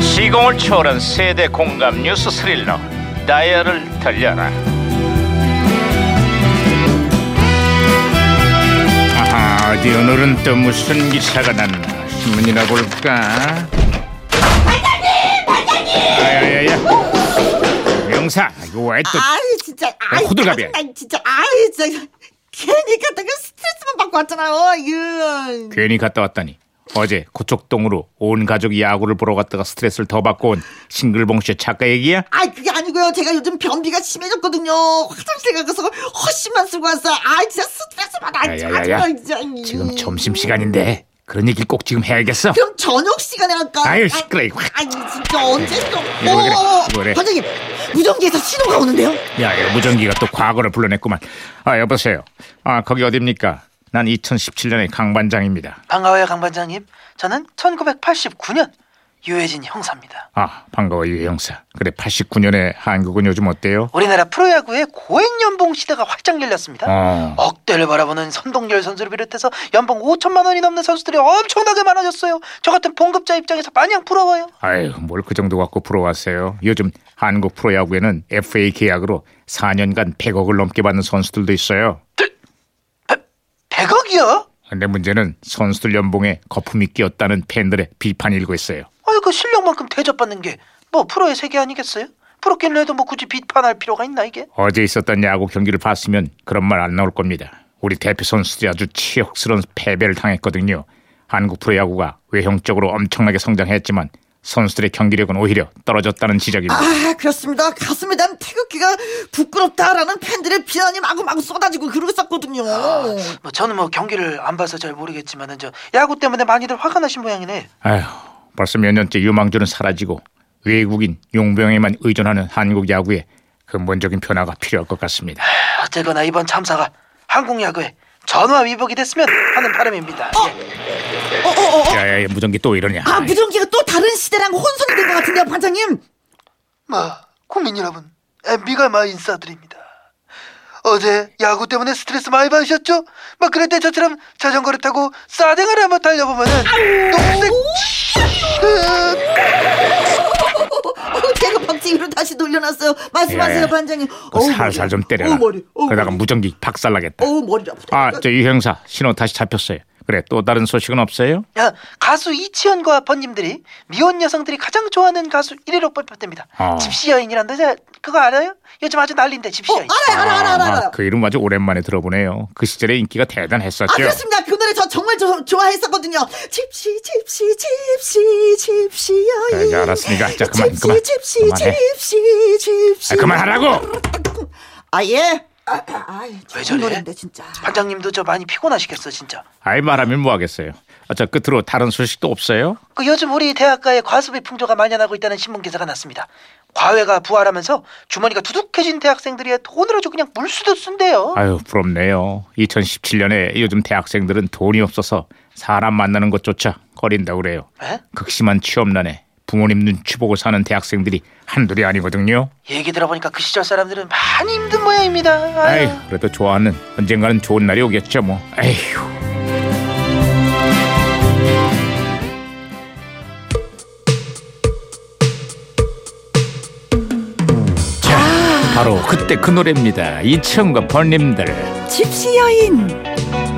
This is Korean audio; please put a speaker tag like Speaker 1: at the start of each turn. Speaker 1: 시공을 초월한 세대 공감 뉴스 스릴러 다이얼을 돌려라 아하 어디 오늘은 또 무슨 기사가 났나 신문이나 볼까 반장님! 반장님! 아야야야 명사 이거 왜또
Speaker 2: 아이 진짜 아이
Speaker 1: 호들갑이야.
Speaker 2: 아이 진짜 아이 진짜 괜히 갔다가 스트레스만 받고 왔잖아요 이거
Speaker 1: 괜히 갔다 왔다니 어제 고척동으로 온 가족이 야구를 보러 갔다가 스트레스를 더 받고 온 싱글봉 쇼 작가 얘기야?
Speaker 2: 아이 그게 아니고요 제가 요즘 변비가 심해졌거든요 화장실 가서 허심만 쓰고 왔어요 아이 진짜 스트레스 받아 아이,
Speaker 1: 야야야야.
Speaker 2: 짜증나, 진짜.
Speaker 1: 지금 점심 시간인데 그런 얘기를 꼭 지금 해야겠어.
Speaker 2: 그럼 저녁 시간에 할까
Speaker 1: 아유, 시끄러워, 이거.
Speaker 2: 아이 진짜 언제 또
Speaker 1: 이거 왜 그래? 이거 왜 그래?
Speaker 2: 반장님 무전기에서 신호가 오는데요
Speaker 1: 야, 야 무전기가 또 과거를 불러냈구만. 아 여보세요. 아 거기 어딥니까? 난 2017년의 강 반장입니다.
Speaker 3: 반가워요 강 반장님. 저는 1989년 유해진 형사입니다.
Speaker 1: 아 반가워 유 형사. 그래 89년에 한국은 요즘 어때요?
Speaker 3: 우리나라 프로야구의 고액 연봉 시대가 활짝 열렸습니다.
Speaker 1: 어.
Speaker 3: 억대를 바라보는 선동열 선수를 비롯해서 연봉 5천만 원이 넘는 선수들이 엄청나게 많아졌어요. 저 같은 봉급자 입장에서 마냥 부러워요.
Speaker 1: 아유 뭘 그 정도 갖고 부러워하세요. 요즘 한국 프로야구에는 FA 계약으로 4년간 100억을 넘게 받는 선수들도 있어요.
Speaker 3: 100억이요?
Speaker 1: 근데 문제는 선수들 연봉에 거품이 끼었다는 팬들의 비판이 일고 있어요.
Speaker 3: 아유 그 실력만큼 대접받는 게 뭐 프로의 세계 아니겠어요? 프로끼리로 해도 뭐 굳이 비판할 필요가 있나 이게?
Speaker 1: 어제 있었던 야구 경기를 봤으면 그런 말 안 나올 겁니다. 우리 대표 선수들이 아주 치욕스러운 패배를 당했거든요. 한국 프로야구가 외형적으로 엄청나게 성장했지만 선수들의 경기력은 오히려 떨어졌다는 지적입니다.
Speaker 2: 아 그렇습니다 가슴에 난 태극기가 부끄럽다라는 팬들의 비난이 마구마구 쏟아지고 그러고 있었거든요
Speaker 1: 아,
Speaker 3: 뭐 저는 뭐 경기를 안 봐서 잘 모르겠지만은 저 야구 때문에 많이들 화가 나신 모양이네.
Speaker 1: 아휴, 벌써 몇 년째 유망주는 사라지고 외국인 용병에만 의존하는 한국 야구에 근본적인 변화가 필요할 것 같습니다.
Speaker 3: 어쨌거나 이번 참사가 한국 야구의 전화 위복이 됐으면 하는 바람입니다. 예.
Speaker 2: 어어어 어, 어.
Speaker 1: 야야야, 무전기 또 이러냐?
Speaker 2: 아 무전기가 또 다른 시대랑 혼선이 된 것 같은데요 반장님
Speaker 3: 마 국민 여러분, 엠비가 마 인사드립니다. 어제 야구 때문에 스트레스 많이 받으셨죠? 막 그럴 때 저처럼 자전거를 타고 싸댕을 한번 달려보면은 녹색
Speaker 2: 어, 제가 박지희로 다시 돌려놨어요 말씀하세요
Speaker 1: 야, 야.
Speaker 2: 반장님
Speaker 1: 예. 그거 살살 좀 때려라.
Speaker 2: 어우 머리 어우
Speaker 1: 그러다가
Speaker 2: 머리.
Speaker 1: 무전기 박살나겠다.
Speaker 2: 어우 머리 아프다
Speaker 1: 아, 저 이 형사 신호 다시 잡혔어요. 그래, 또 다른 소식은 없어요?
Speaker 3: 야, 가수 이치현과 번님들이 미혼 여성들이 가장 좋아하는 가수 1위로 뽑혔답니다.
Speaker 1: 아.
Speaker 3: 집시 여인이란데 그거 알아요? 요즘 아주 난리인데 집시
Speaker 2: 어
Speaker 3: 여인.
Speaker 2: 알아요 알아요 알아요 알아요
Speaker 1: 아, 그 이름 아주 오랜만에 들어보네요. 그 시절의 인기가
Speaker 2: 아
Speaker 1: 대단했었죠.
Speaker 2: 그렇습니다 그 노래 저 정말 저, 좋아했었거든요 집시 집시 집시 집시
Speaker 1: 자,
Speaker 2: 여인
Speaker 1: 이제 알았으니까. 자, 그만,
Speaker 2: 집시
Speaker 1: 그만.
Speaker 2: 집시
Speaker 1: 그만해.
Speaker 2: 집시 집시
Speaker 1: 아, 그만하라고!
Speaker 2: 아예 아, 아, 아,
Speaker 3: 왜
Speaker 2: 좋은
Speaker 3: 저래?
Speaker 2: 노래인데 진짜
Speaker 3: 반장님도 저 많이 피곤하시겠어 진짜.
Speaker 1: 아이 말하면 뭐 하겠어요. 아, 저 끝으로 다른 소식도 없어요?
Speaker 3: 그 요즘 우리 대학가에 과습의 풍조가 만연하고 있다는 신문 기사가 났습니다. 과외가 부활하면서 주머니가 두둑해진 대학생들이 돈을 아주 그냥 물수도 쓴대요.
Speaker 1: 아유, 부럽네요. 2017년에 요즘 대학생들은 돈이 없어서 사람 만나는 것조차 거린다고 그래요.
Speaker 3: 에?
Speaker 1: 극심한 취업난에 부모님 눈치 보고 사는 대학생들이 한둘이 아니거든요.
Speaker 3: 얘기 들어보니까 그 시절 사람들은 많이 힘든 모양입니다. 아유.
Speaker 1: 아이, 그래도 좋아하는 언젠가는 좋은 날이 오겠죠 뭐. 에휴. 자, 바로 그때 그 노래입니다. 이천과 번님들.
Speaker 2: 집시 여인